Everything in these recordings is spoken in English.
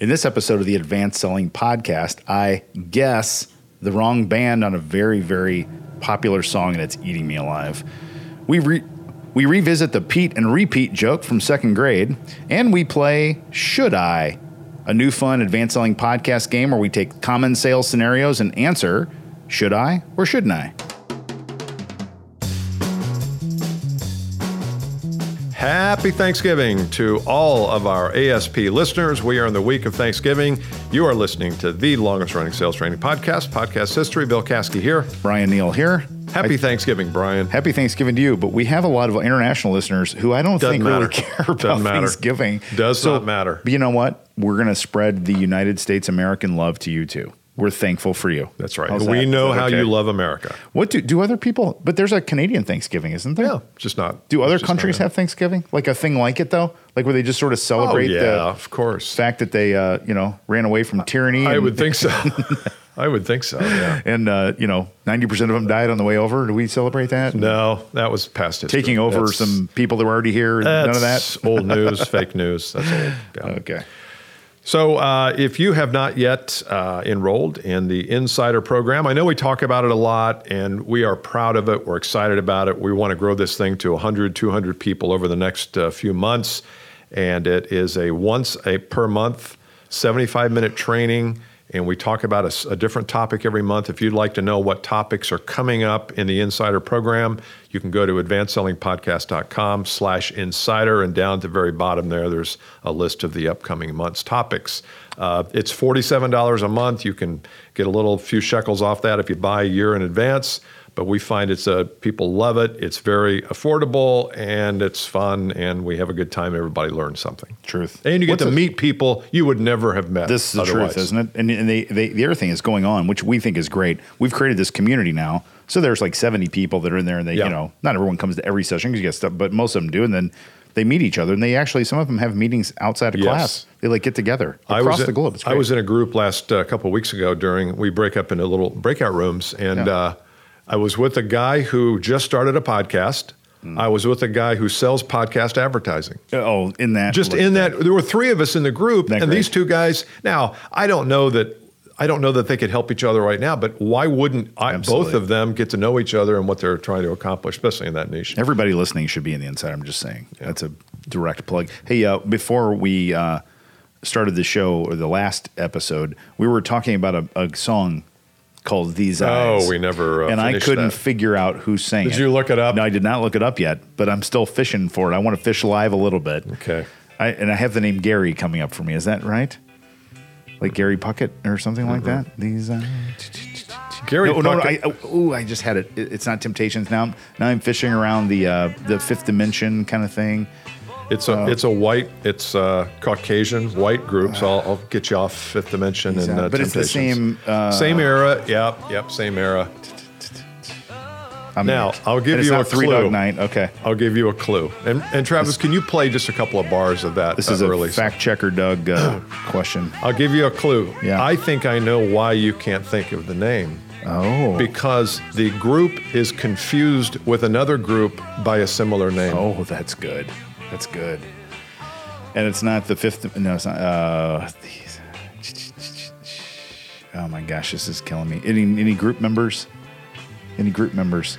In this episode of the Advanced Selling Podcast, I guess the wrong band on a very, very popular song, and it's eating me alive. We re- we revisit the Pete and repeat joke from second grade, and we play Should I, a new fun advanced selling podcast game where we take common sales scenarios and answer Should I or shouldn't I? Happy Thanksgiving to all of our ASP listeners. We are in the week of Thanksgiving. You are listening to the longest running sales training podcast, podcast history. Bill Kasky here. Brian Neal here. Happy Thanksgiving, Brian. Happy Thanksgiving to you, but we have a lot of international listeners who I don't Doesn't think matter. really care about Doesn't matter. Thanksgiving. Does not matter. But you know what? We're going to spread the United States American love to you too. We're thankful for you. That's right. How's we that? know Is that how okay? you love America. What do do other people? But there's a Canadian Thanksgiving, isn't there? Yeah, just not. Do other it's just not countries it. have Thanksgiving? Like a thing like it though? Like where they just sort of Oh, celebrate yeah, the of course. fact that they uh, you know ran away from tyranny? I and, would think so. I would think so. Yeah. and uh, you know ninety percent of them died on the way over. Do we celebrate that? No, that was past history. Taking over That's- some people that were already here. None of that. that's old news, fake news. That's old. Yeah. Okay. So, uh, if you have not yet uh, enrolled in the Insider program, I know we talk about it a lot and we are proud of it. We're excited about it. We want to grow this thing to 100, 200 people over the next uh, few months. And it is a once a per month, 75 minute training. And we talk about a s a a different topic every month. If you'd like to know what topics are coming up in the Insider program, you can go to advancedsellingpodcast.com slash insider and down at the very bottom there there's a list of the upcoming month's topics uh, it's $47 a month you can get a little few shekels off that if you buy a year in advance but we find it's a people love it it's very affordable and it's fun and we have a good time everybody learns something Truth. and you get What's to a- meet people you would never have met This is the otherwise. truth, isn't it? And, and they, they, the other thing is going on, which we think is great. We've created this community now. So there's like 70 people that are in there, and they, Yeah. you know, not everyone comes to every session because you got stuff, but most of them do. And then they meet each other, and they actually, some of them have meetings outside of Yes. class. They like get together I across was the in, globe. It's I great. was in a group last uh, couple of weeks ago during we break up into little breakout rooms, and Yeah. uh, I was with a guy who just started a podcast. Mm. I was with a guy who sells podcast advertising. oh, in that. Just in that, there were three of us in the group, Isn't that and these great? two guys. Now, I don't know that. I don't know that they could help each other right now, but why wouldn't I, both Absolutely. of them get to know each other and what they're trying to accomplish, especially in that niche? Everybody listening should be in the inside. I'm just saying. That's a direct plug. Hey, uh, before we uh, started the show or the last episode, we were talking about a, a song called "These Eyes." we never, uh, and I finished couldn't that. figure out who sang it. Did you look it up? No, I did not look it up yet, but I'm still fishing for it. I want to fish live a little bit. Okay. I, and I have the name Gary coming up for me. Is that right? Like Gary Puckett or something like that. These eyes. Gary No, no, no, Puckett- I, oh, I just had it. It- It's not Temptations. Now, I'm- now I'm fishing around the uh, the fifth dimension kind of thing. It's a it's a white it's uh, Caucasian white group. So I'll, I'll get you off Fifth Dimension and out. uh, But it's the same, Temptations. uh, same era. Yep, yep, same era. I'm Now, in. I'll give And it's you not a three clue. dog night. Okay, I'll give you a clue. And and Travis, can you play just a couple of bars of that? this uh, is a early? fact checker Doug uh, question. I'll give you a clue. Yeah. I think I know why you can't think of the name Oh, because the group is confused with another group by a similar name. oh, that's good. That's good. And it's not the fifth. No, it's not. Uh, these- oh my gosh, this is killing me. Any any group members? Any group members?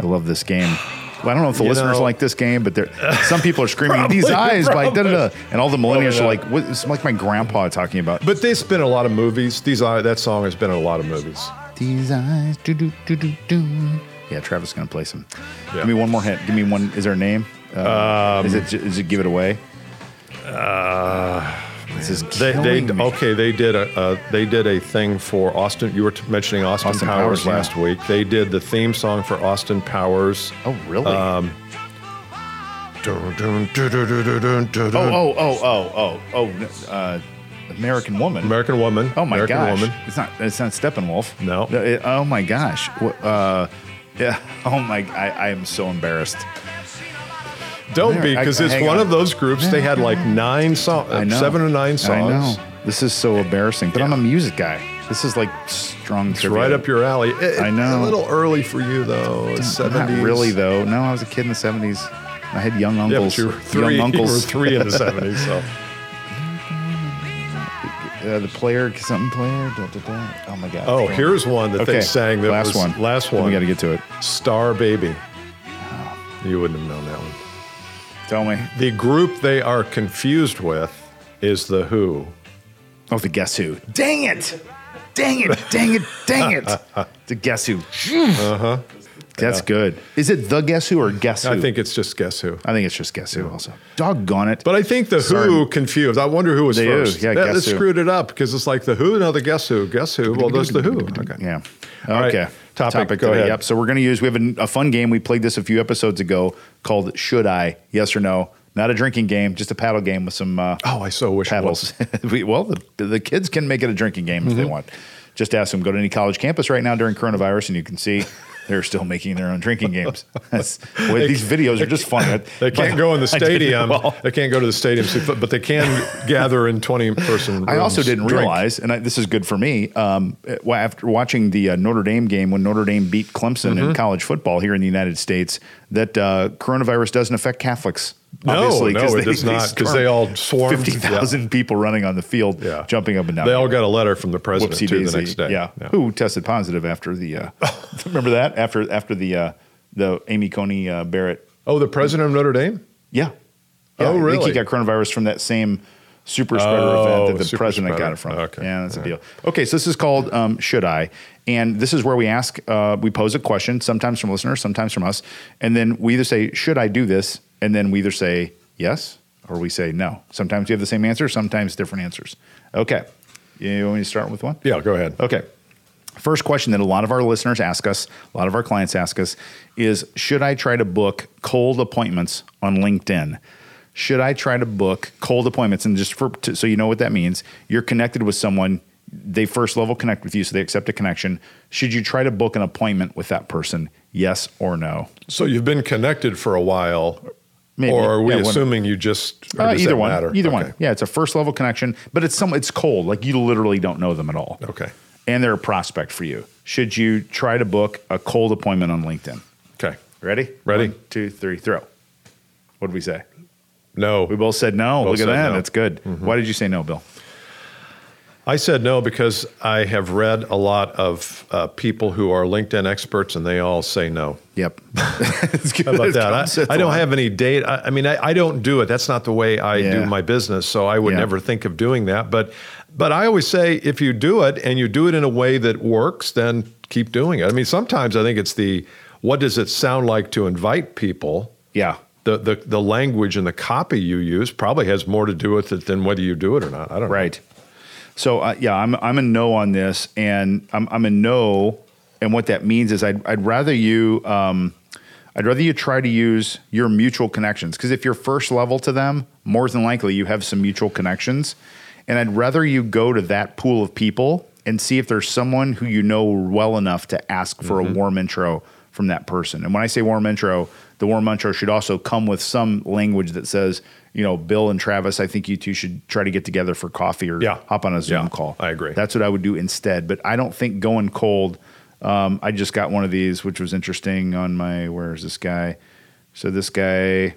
I love this game. Well, I don't know if the You listeners know- like this game, but they're, some people are screaming these eyes by da da da, and all the millennials are Probably like, what, it's like my grandpa talking about But there's been a lot of movies. These are, that song has been in a lot of movies. These eyes, do do do do do. Yeah, Travis is gonna play some. Yeah. Um, Give me one more hint. Give me one. Is there a name? Uh, is it? j- Is it? Give it away. Uh, this is They, they killing me. okay. They did a uh, they did a thing for Austin. You were t- mentioning Austin, Austin Powers, Powers, yeah. last week. They did the theme song for Austin Powers. Oh really? Um, dun, dun, dun, dun, dun, dun, dun, oh dun, dun. oh oh oh oh oh. Uh, American Woman. American Woman. oh my American gosh. Woman. It's not. It's not Steppenwolf. No. it- oh my gosh. What, uh, yeah. Oh my. I, I am so embarrassed. Don't There, be I- because it's hang one on. of those groups. They had like nine songs, I know. seven or nine I songs. know. This is so embarrassing. But I'm a music guy. This is like strong. It's right up your alley. It- I it's know. A little early for you though. It's Not 70s. really though. No, I was a kid in the seventies. I had young Yeah, but uncles. you were three. young You were uncles. three in the 70s. So uh, the player, something player. Da, da, da. Oh my God. Oh, here's one that they sang. That last was- one. Last Then one. We got to get to it. Star Baby. Oh, You wouldn't have known that one. Tell me. The group they are confused with is the Who. Oh, the Guess Who. Dang it! Dang it! Dang it! Dang it! the Guess Who. Uh huh. That's good. Is it the Guess Who or Guess Who? Uh-huh. I think it's just Guess Who. I think it's just Guess Who. Also, doggone it. But I think the Who confused. I wonder who was They do. first. Yeah, that, Guess that Who. screwed it up because it's like the Who, no, the Guess Who, Guess Who. Well, that's the Who. Okay. Yeah. All right. Okay. Topic, go today. ahead. Yep. So we're going to use, we have a, a fun game. We played this a few episodes ago called Should I? Yes or No. Not a drinking game, just a paddle game with some uh, Oh, I so wish it was. Mm-hmm. paddles. we, well, the, the kids can make it a drinking game if they want. Just ask them. Go to any college campus right now during coronavirus, and you can see they're still making their own drinking games. That's, well, these videos are just fun. They can't go in the I didn't- stadium. well, They can't go to the stadium, see foot- but they can gather in 20 person I also rooms, didn't drink. realize, and I, this is good for me. Um, uh, wa- after watching the uh, Notre Dame game when Notre Dame beat Clemson Mm-hmm. in college football here in the United States, that uh, coronavirus doesn't affect Catholics. No, obviously, no, 'cause it does not, 'cause they all swarmed. fifty thousand people running on the field, Yeah. jumping up and down. They all got a letter from the president whoopsie too daisy. the next day. Yeah. who tested positive after the? Uh, remember that after after the uh, the Amy Coney uh, Barrett Oh, the president of Notre Dame? yeah. Oh, Yeah, I really? think he got coronavirus from that same super spreader Oh, event that the super president spreader. got it from. Okay. Yeah, that's the deal. Okay, so this is called um, Should I? And this is where we ask, uh, we pose a question, sometimes from listeners, sometimes from us. And then we either say, Should I do this? And then we either say yes or we say no. Sometimes you have the same answer, sometimes different answers. Okay. You want me to start with one? Yeah, go ahead. Okay. First question that a lot of our listeners ask us, a lot of our clients ask us is should I try to book cold appointments on LinkedIn? Should I try to book cold appointments? And just for, to, so you know what that means, you're connected with someone, they first level connect with you, so they accept a connection. Should you try to book an appointment with that person? Yes or no? So you've been connected for a while, Maybe. or are we Yeah, when- assuming you just or Uh, does either that one, matter? either Okay. one. Yeah, it's a first level connection, but it's some, it's cold. Like you literally don't know them at all. Okay. and they're a prospect for you. Should you try to book a cold appointment on LinkedIn? Okay. Ready? Ready. One, two, three, throw. What did we say? No, We both said no. Both Look at said that. no. Mm-hmm. That's good. Why did you say no, Bill? I said no because I have read a lot of uh, people who are LinkedIn experts, and they all say no. Yep. it's good. How It about that? comes at I, I the don't line. have any date. I, I mean, I, I don't do it. That's not the way I Yeah. do my business. So I would Yeah. never think of doing that. But but I always say if you do it and you do it in a way that works, then keep doing it. I mean, sometimes I think it's the what does it sound like to invite people. Yeah. The, the the language and the copy you use probably has more to do with it than whether you do it or not. I don't know. Right. So uh, yeah, I'm I'm a no on this, and I'm I'm a no, and what that means is I'd I'd rather you um, I'd rather you try to use your mutual connections because if you're first level to them, more than likely you have some mutual connections, and I'd rather you go to that pool of people and see if there's someone who you know well enough to ask for a warm intro from that person. And when I say warm intro, the warm intro should also come with some language that says, you know, Bill and Travis, I think you two should try to get together for coffee or Yeah. hop on a Zoom Yeah, call. I agree. That's what I would do instead. But I don't think going cold. Um, I just got one of these, which was interesting on my. Where's this guy? So this guy,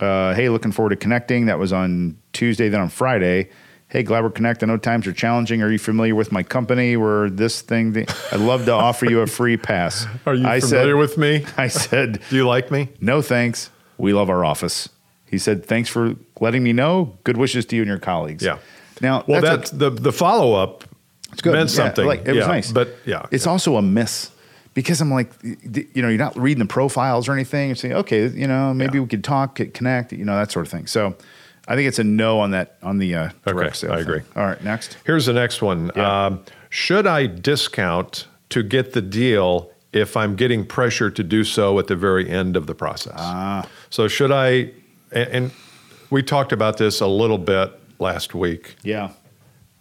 uh, hey, looking forward to connecting. That was on Tuesday. Then on Friday, hey, glad we're connecting. I know times are challenging. Are you familiar with my company? Where this thing? thi- I'd love to offer you a free pass. Are you I said, familiar with me? I said, Do you like me? no thanks. We love our office. He said, thanks for letting me know. Good wishes to you and your colleagues. Yeah. Now, Well, that's a- that's, the the follow up good. meant Yeah, something. like, it was Yeah, nice, but yeah, it's yeah. also a miss because I'm like, y- y- you know, you're not reading the profiles or anything. You're saying, okay, you know, maybe Yeah. we could talk, c- connect, you know, that sort of thing. So, I think it's a no on that on the uh, direct Okay, sale. I thing. agree. All right, next. Here's the next one. Yeah. Um, should I discount to get the deal if I'm getting pressure to do so at the very end of the process? Ah. So should I? And, and we talked about this a little bit last week. Yeah,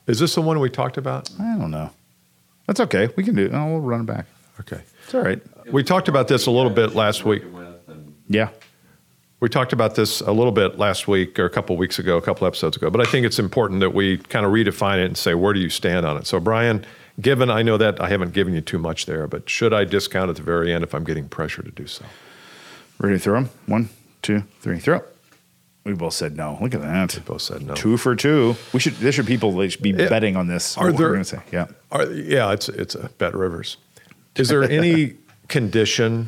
Is this the one we talked about? I don't know. That's okay. We can do. it. Oh, we'll run it back. Okay. It's all right. We talked about this a little bit last week. Yeah. We talked about this a little bit last week or a couple weeks ago, a couple episodes ago, but I think it's important that we kind of redefine it and say, where do you stand on it? So, Brian, given I know that I haven't given you too much there, but should I discount at the very end if I'm getting pressure to do so? Ready to throw them? One, two, three, throw. We both said no. Look at that. Both said no. Two for two. We should. There should people they should be betting on this. Are what we're there- gonna say. Yeah. Are, yeah, it's it's a bet rivers. Is there any condition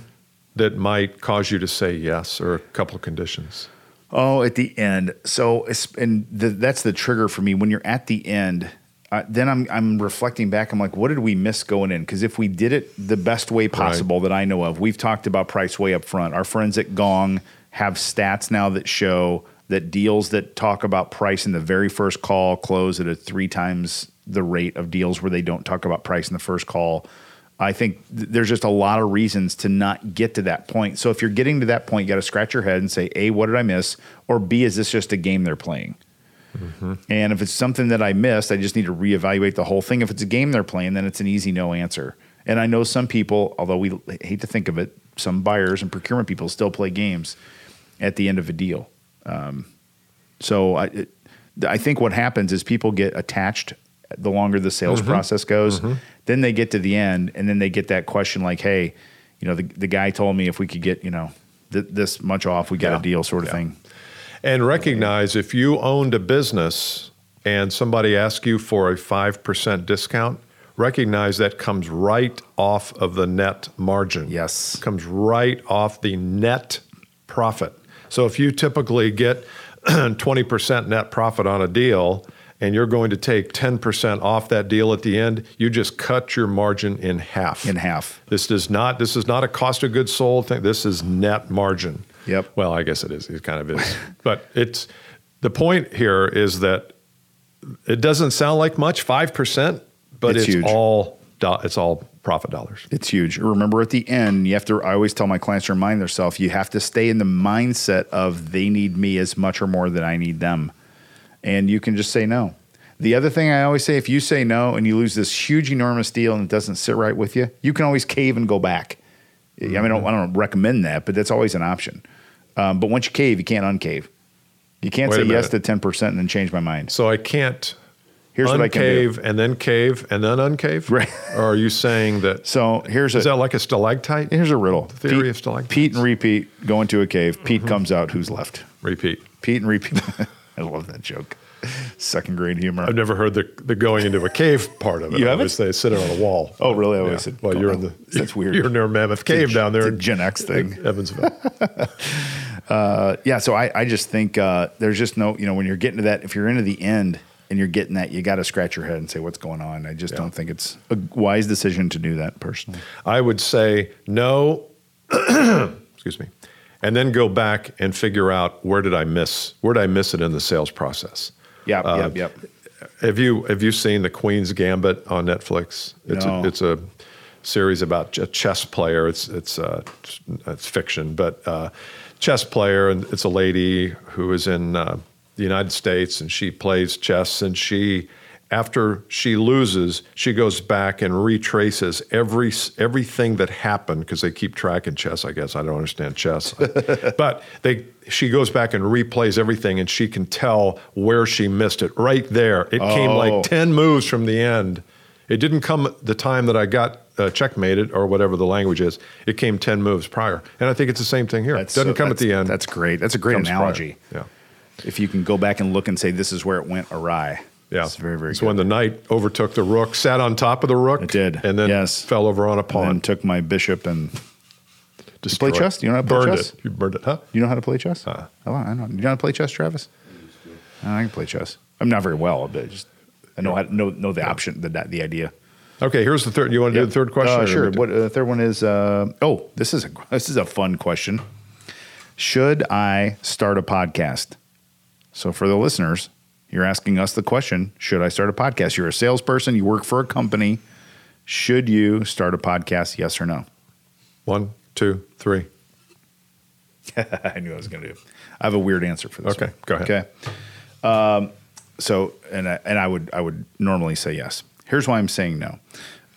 that might cause you to say yes, or a couple of conditions? Oh, at the end. So, it's- and the, that's the trigger for me. When you're at the end, uh, then I'm I'm reflecting back. I'm like, what did we miss going in? Because if we did it the best way possible that I know of, we've talked about price way up front. Our friends at Gong have stats now that show that deals that talk about price in the very first call close at a three times the rate of deals where they don't talk about price in the first call. I think th- there's just a lot of reasons to not get to that point. So if you're getting to that point, you got to scratch your head and say, A, what did I miss? Or B, is this just a game they're playing? And if it's something that I missed, I just need to reevaluate the whole thing. If it's a game they're playing, then it's an easy no answer. And I know some people, although we l- hate to think of it, some buyers and procurement people still play games at the end of a deal. Um, so I, it, I think what happens is people get attached the longer the sales Mm-hmm. process goes. Then they get to the end, and then they get that question like, "Hey, you know, the, the guy told me if we could get you know th- this much off, we got Yeah. a deal," sort of Yeah. thing. And recognize if you owned a business and somebody asked you for a 5% discount, recognize that comes right off of the net margin. Yes. Comes right off the net profit. So if you typically get 20% net profit on a deal and you're going to take 10% off that deal at the end, you just cut your margin in half. In half. This does not. This is not a cost of goods sold thing. This is net margin. Yep. Well, I guess it is. It kind of is. but it's the point here is that it doesn't sound like much, five percent, but It's it's, huge. all do- it's all profit dollars. It's huge. Remember at the end, you have to I always tell my clients to remind themselves you have to stay in the mindset of they need me as much or more than I need them. And you can just say no. The other thing I always say if you say no and you lose this huge enormous deal and it doesn't sit right with you, you can always cave and go back. I mean I don't, I don't recommend that, but that's always an option. Um, but once you cave, you can't uncave. You can't Wait say a yes to minute. 10% and then change my mind. So I can't Here's what I can do. uncave and then cave and then uncave. Right. Or are you saying that? So here's a is that like a stalactite? Here's a riddle. Theory Pete, of stalactites. Mm-hmm. Pete and repeat go into a cave. Pete comes out. Who's left? Repeat. Pete and repeat. I love that joke. Second grade humor. I've never heard the, the going into a cave part of it. You haven't? Obviously, they sit on a wall. oh, really? I always Yeah. said. well, you're in the That's weird. You're near Mammoth Cave down there It's a in Gen X thing. Uh, Evansville. yeah, so I, I just think uh, there's just no, you know, when you're getting to that, if you're into the end and you're getting that, you got to scratch your head and say, what's going on? I just don't think it's a wise decision to do that personally. I would say no, excuse me, and then go back and figure out where did I miss? Where did I miss it in the sales process? Yeah, Uh, yep, yep. Have you have you seen the Queen's Gambit on Netflix? It's No. a, it's a series about a chess player. It's it's uh, it's- it's fiction, but uh, chess player, and it's a lady who is in uh, the United States, and she plays chess, and she after she loses, she goes back and retraces every s- everything that happened because they keep track in chess. I guess I don't understand chess, but they she goes back and replays everything, and she can tell where she missed it right there. It came Oh. like ten moves from the end. It didn't come at the time that I got uh, checkmated or whatever the language is. It came ten moves prior, and I think it's the same thing here. It That's- doesn't come at that's- the end. That's great. That's a great Comes prior. analogy. Yeah. If you can go back and look and say, this is where it went awry. Yeah, It's very, very It's good. when the knight overtook the rook, sat on top of the rook, It did. and then Yes. fell over on a and pawn. took my bishop and destroyed. chess? Do you know how to play burned chess? It. You burned it, huh? You know how to play chess? Uh-uh. Oh, I know. You know how to play chess, Travis? I can play chess. I'm not very well, but just I know how, know know the option, the the idea. Okay, here's the third. You want to do the third question? Uh, or sure. we do- What uh, the third one is? Uh, oh, this is a this is a fun question. Should I start a podcast? So for the listeners, you're asking us the question: Should I start a podcast? You're a salesperson. You work for a company. Should you start a podcast? Yes or no? One, two, three. I knew I was going to do. I have a weird answer for this. Okay, one. go ahead. Okay. Um, so, and I, and I would I would normally say yes. Here's why I'm saying no.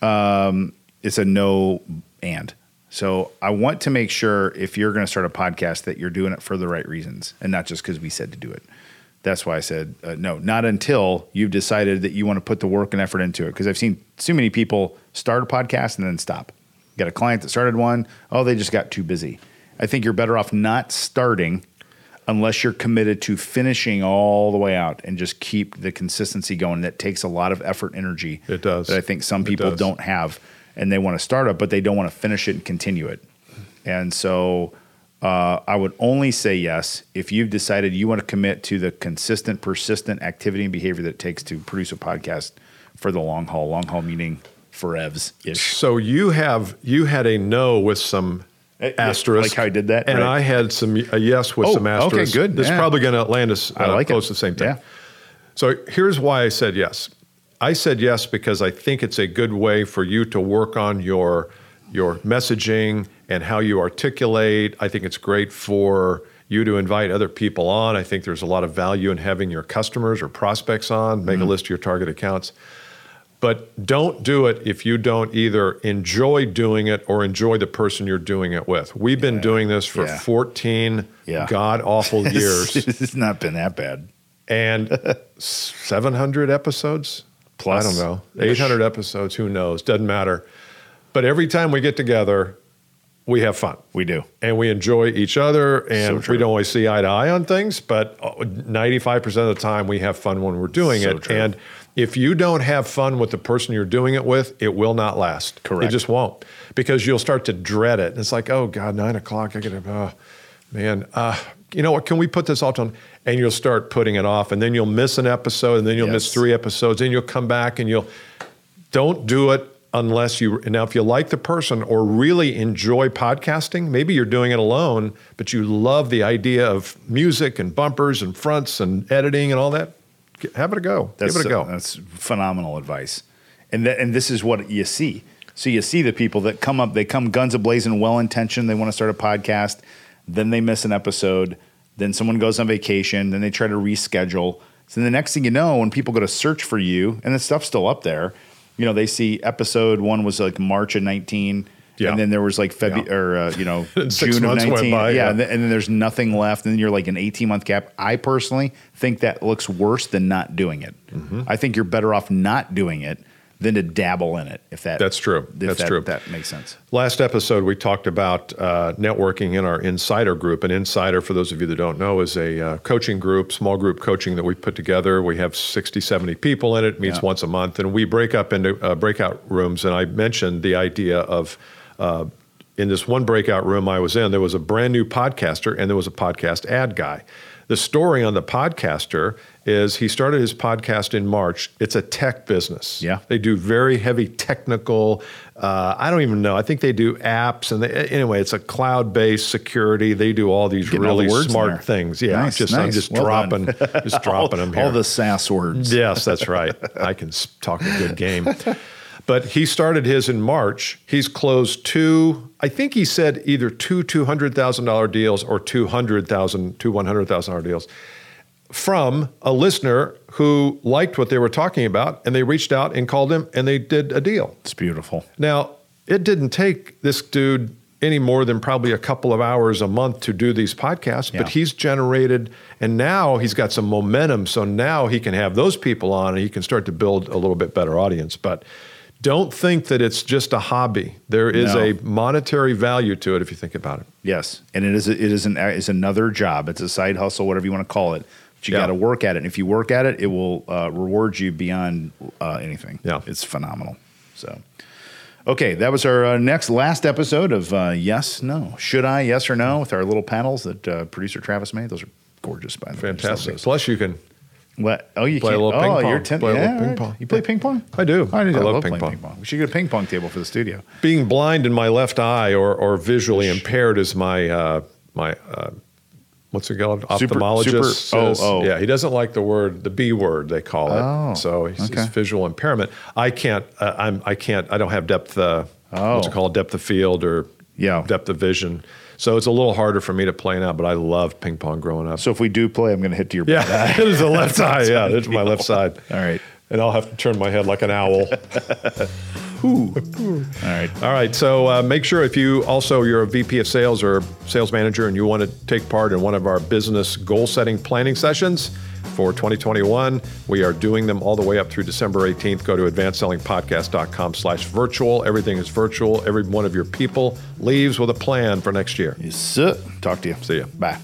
Um, it's a no and. So I want to make sure if you're going to start a podcast that you're doing it for the right reasons and not just because we said to do it. That's why I said uh, no. Not until you've decided that you want to put the work and effort into it. Because I've seen too many people start a podcast and then stop. Got a client that started one. Oh, they just got too busy. I think you're better off not starting unless you're committed to finishing all the way out and just keep the consistency going. That takes a lot of effort, energy. It does. That I think some It people does. don't have, and they want to start up, but they don't want to finish it and continue it. And so, uh, I would only say yes if you've decided you want to commit to the consistent, persistent activity and behavior that it takes to produce a podcast for the long haul. Long haul meaning forevs ish. So you have you had a no with some Eh, yeah, asterisk, like how I did that, and right. I had some a yes with Oh, some okay, asterisk. good, This yeah. is probably going to land us uh, I like close it. to the same thing. Yeah. So here's why I said yes. I said yes because I think it's a good way for you to work on your your messaging and how you articulate. I think it's great for you to invite other people on. I think there's a lot of value in having your customers or prospects on, Mm-hmm. make a list of your target accounts. But don't do it if you don't either enjoy doing it or enjoy the person you're doing it with. We've been doing this for Yeah. 14 Yeah. god awful years it's not been that bad. and 700 episodes Plus. i don't know 800 episodes who knows doesn't matter but every time we get together we have fun We do. and we enjoy each other So and true. we don't always see eye to eye on things but uh, 95% of the time we have fun when we're doing So it true. and if you don't have fun with the person you're doing it with it will not last Correct. it just won't because you'll start to dread it and it's like oh god nine o'clock i gotta oh man uh, you know what can we put this off on and you'll start putting it off and then you'll miss an episode and then you'll Yes. miss three episodes and you'll come back and you'll don't do it unless you now if you like the person or really enjoy podcasting maybe you're doing it alone but you love the idea of music and bumpers and fronts and editing and all that g- have it a go That's, give it a go That's phenomenal advice. And that, and this is what you see. So you see the people that come up, they come guns ablazing, well intentioned. They want to start a podcast, then they miss an episode, then someone goes on vacation, then they try to reschedule. So the next thing you know, when people go to search for you, and the stuff's still up there, you know, they see episode one was like March of nineteen, Yeah. and then there was like February Yeah. or uh, you know Six June of months went nineteen, by, yeah, yeah. and then, and then there's nothing left, and then you're like an 18 month gap. I personally think that looks worse than not doing it. Mm-hmm. I think you're better off not doing it than to dabble in it. If that That's true. if That's that, true. That makes sense. Last episode, we talked about uh, networking in our insider group. An insider, for those of you that don't know, is a uh, coaching group, small group coaching that we put together. We have 60, 70 people in it, meets Yeah. once a month, and we break up into uh, breakout rooms. And I mentioned the idea of uh, in this one breakout room I was in, there was a brand new podcaster and there was a podcast ad guy. The story on the podcaster is he started his podcast in March. It's a tech business. Yeah. They do very heavy technical. Uh, I don't even know. I think they do apps, and they, anyway, it's a cloud-based security. They do all these Getting all the really words in there. smart things. Yeah, Nice, just I'm nice. just Well done. dropping, just dropping them here. All the sass words. Yes, that's right. I can s- talk a good game. But he started his in March. He's closed two, I think he said either two $200,000 deals or 200,000, two $100,000 deals from a listener who liked what they were talking about and they reached out and called him and they did a deal. It's beautiful. Now, it didn't take this dude any more than probably a couple of hours a month to do these podcasts, Yeah. but he's generated, and now he's got some momentum. So now he can have those people on and he can start to build a little bit better audience. But don't think that it's just a hobby. There is No. a monetary value to it if you think about it. Yes, and it is it is an is another job. It's a side hustle, whatever you want to call it. But you Yeah. got to work at it. And if you work at it, it will uh, reward you beyond uh, anything. Yeah. it's phenomenal. So, okay, that was our uh, next last episode of uh, Yes No Should I Yes or No with our little panels that uh, producer Travis made. Those are gorgeous, by the way. Just love Fantastic. those. Plus, you can. What? Oh, you Play a can't. little ping oh, pong. you're ten- Play a little yeah, ping right. pong. You play ping pong? I do. I, do. I I love love ping playing pong. ping pong. We should get a ping pong table for the studio. being blind in my left eye or, or visually impaired is my uh, my uh, what's it called Super- ophthalmologist super- oh, says- oh. yeah he doesn't like the word the b word they call it Oh, so he's, okay. he's visual impairment i can't uh, i'm i can't i don't have depth uh, what's Oh. it called depth of field or Yeah. depth of vision so it's a little harder for me to play now but i loved ping pong growing up So if we do play, I'm going to hit to your yeah it was the left eye yeah it's my left side All right. and i'll have to turn my head like an owl All right. All right. So uh, make sure if you also you're a VP of sales or sales manager and you want to take part in one of our business goal setting planning sessions for 2021, we are doing them all the way up through December 18th. Go to advancedsellingpodcast.com slash virtual. Everything is virtual. Every one of your people leaves with a plan for next year. Yes, sir. Talk to you. See ya. Bye.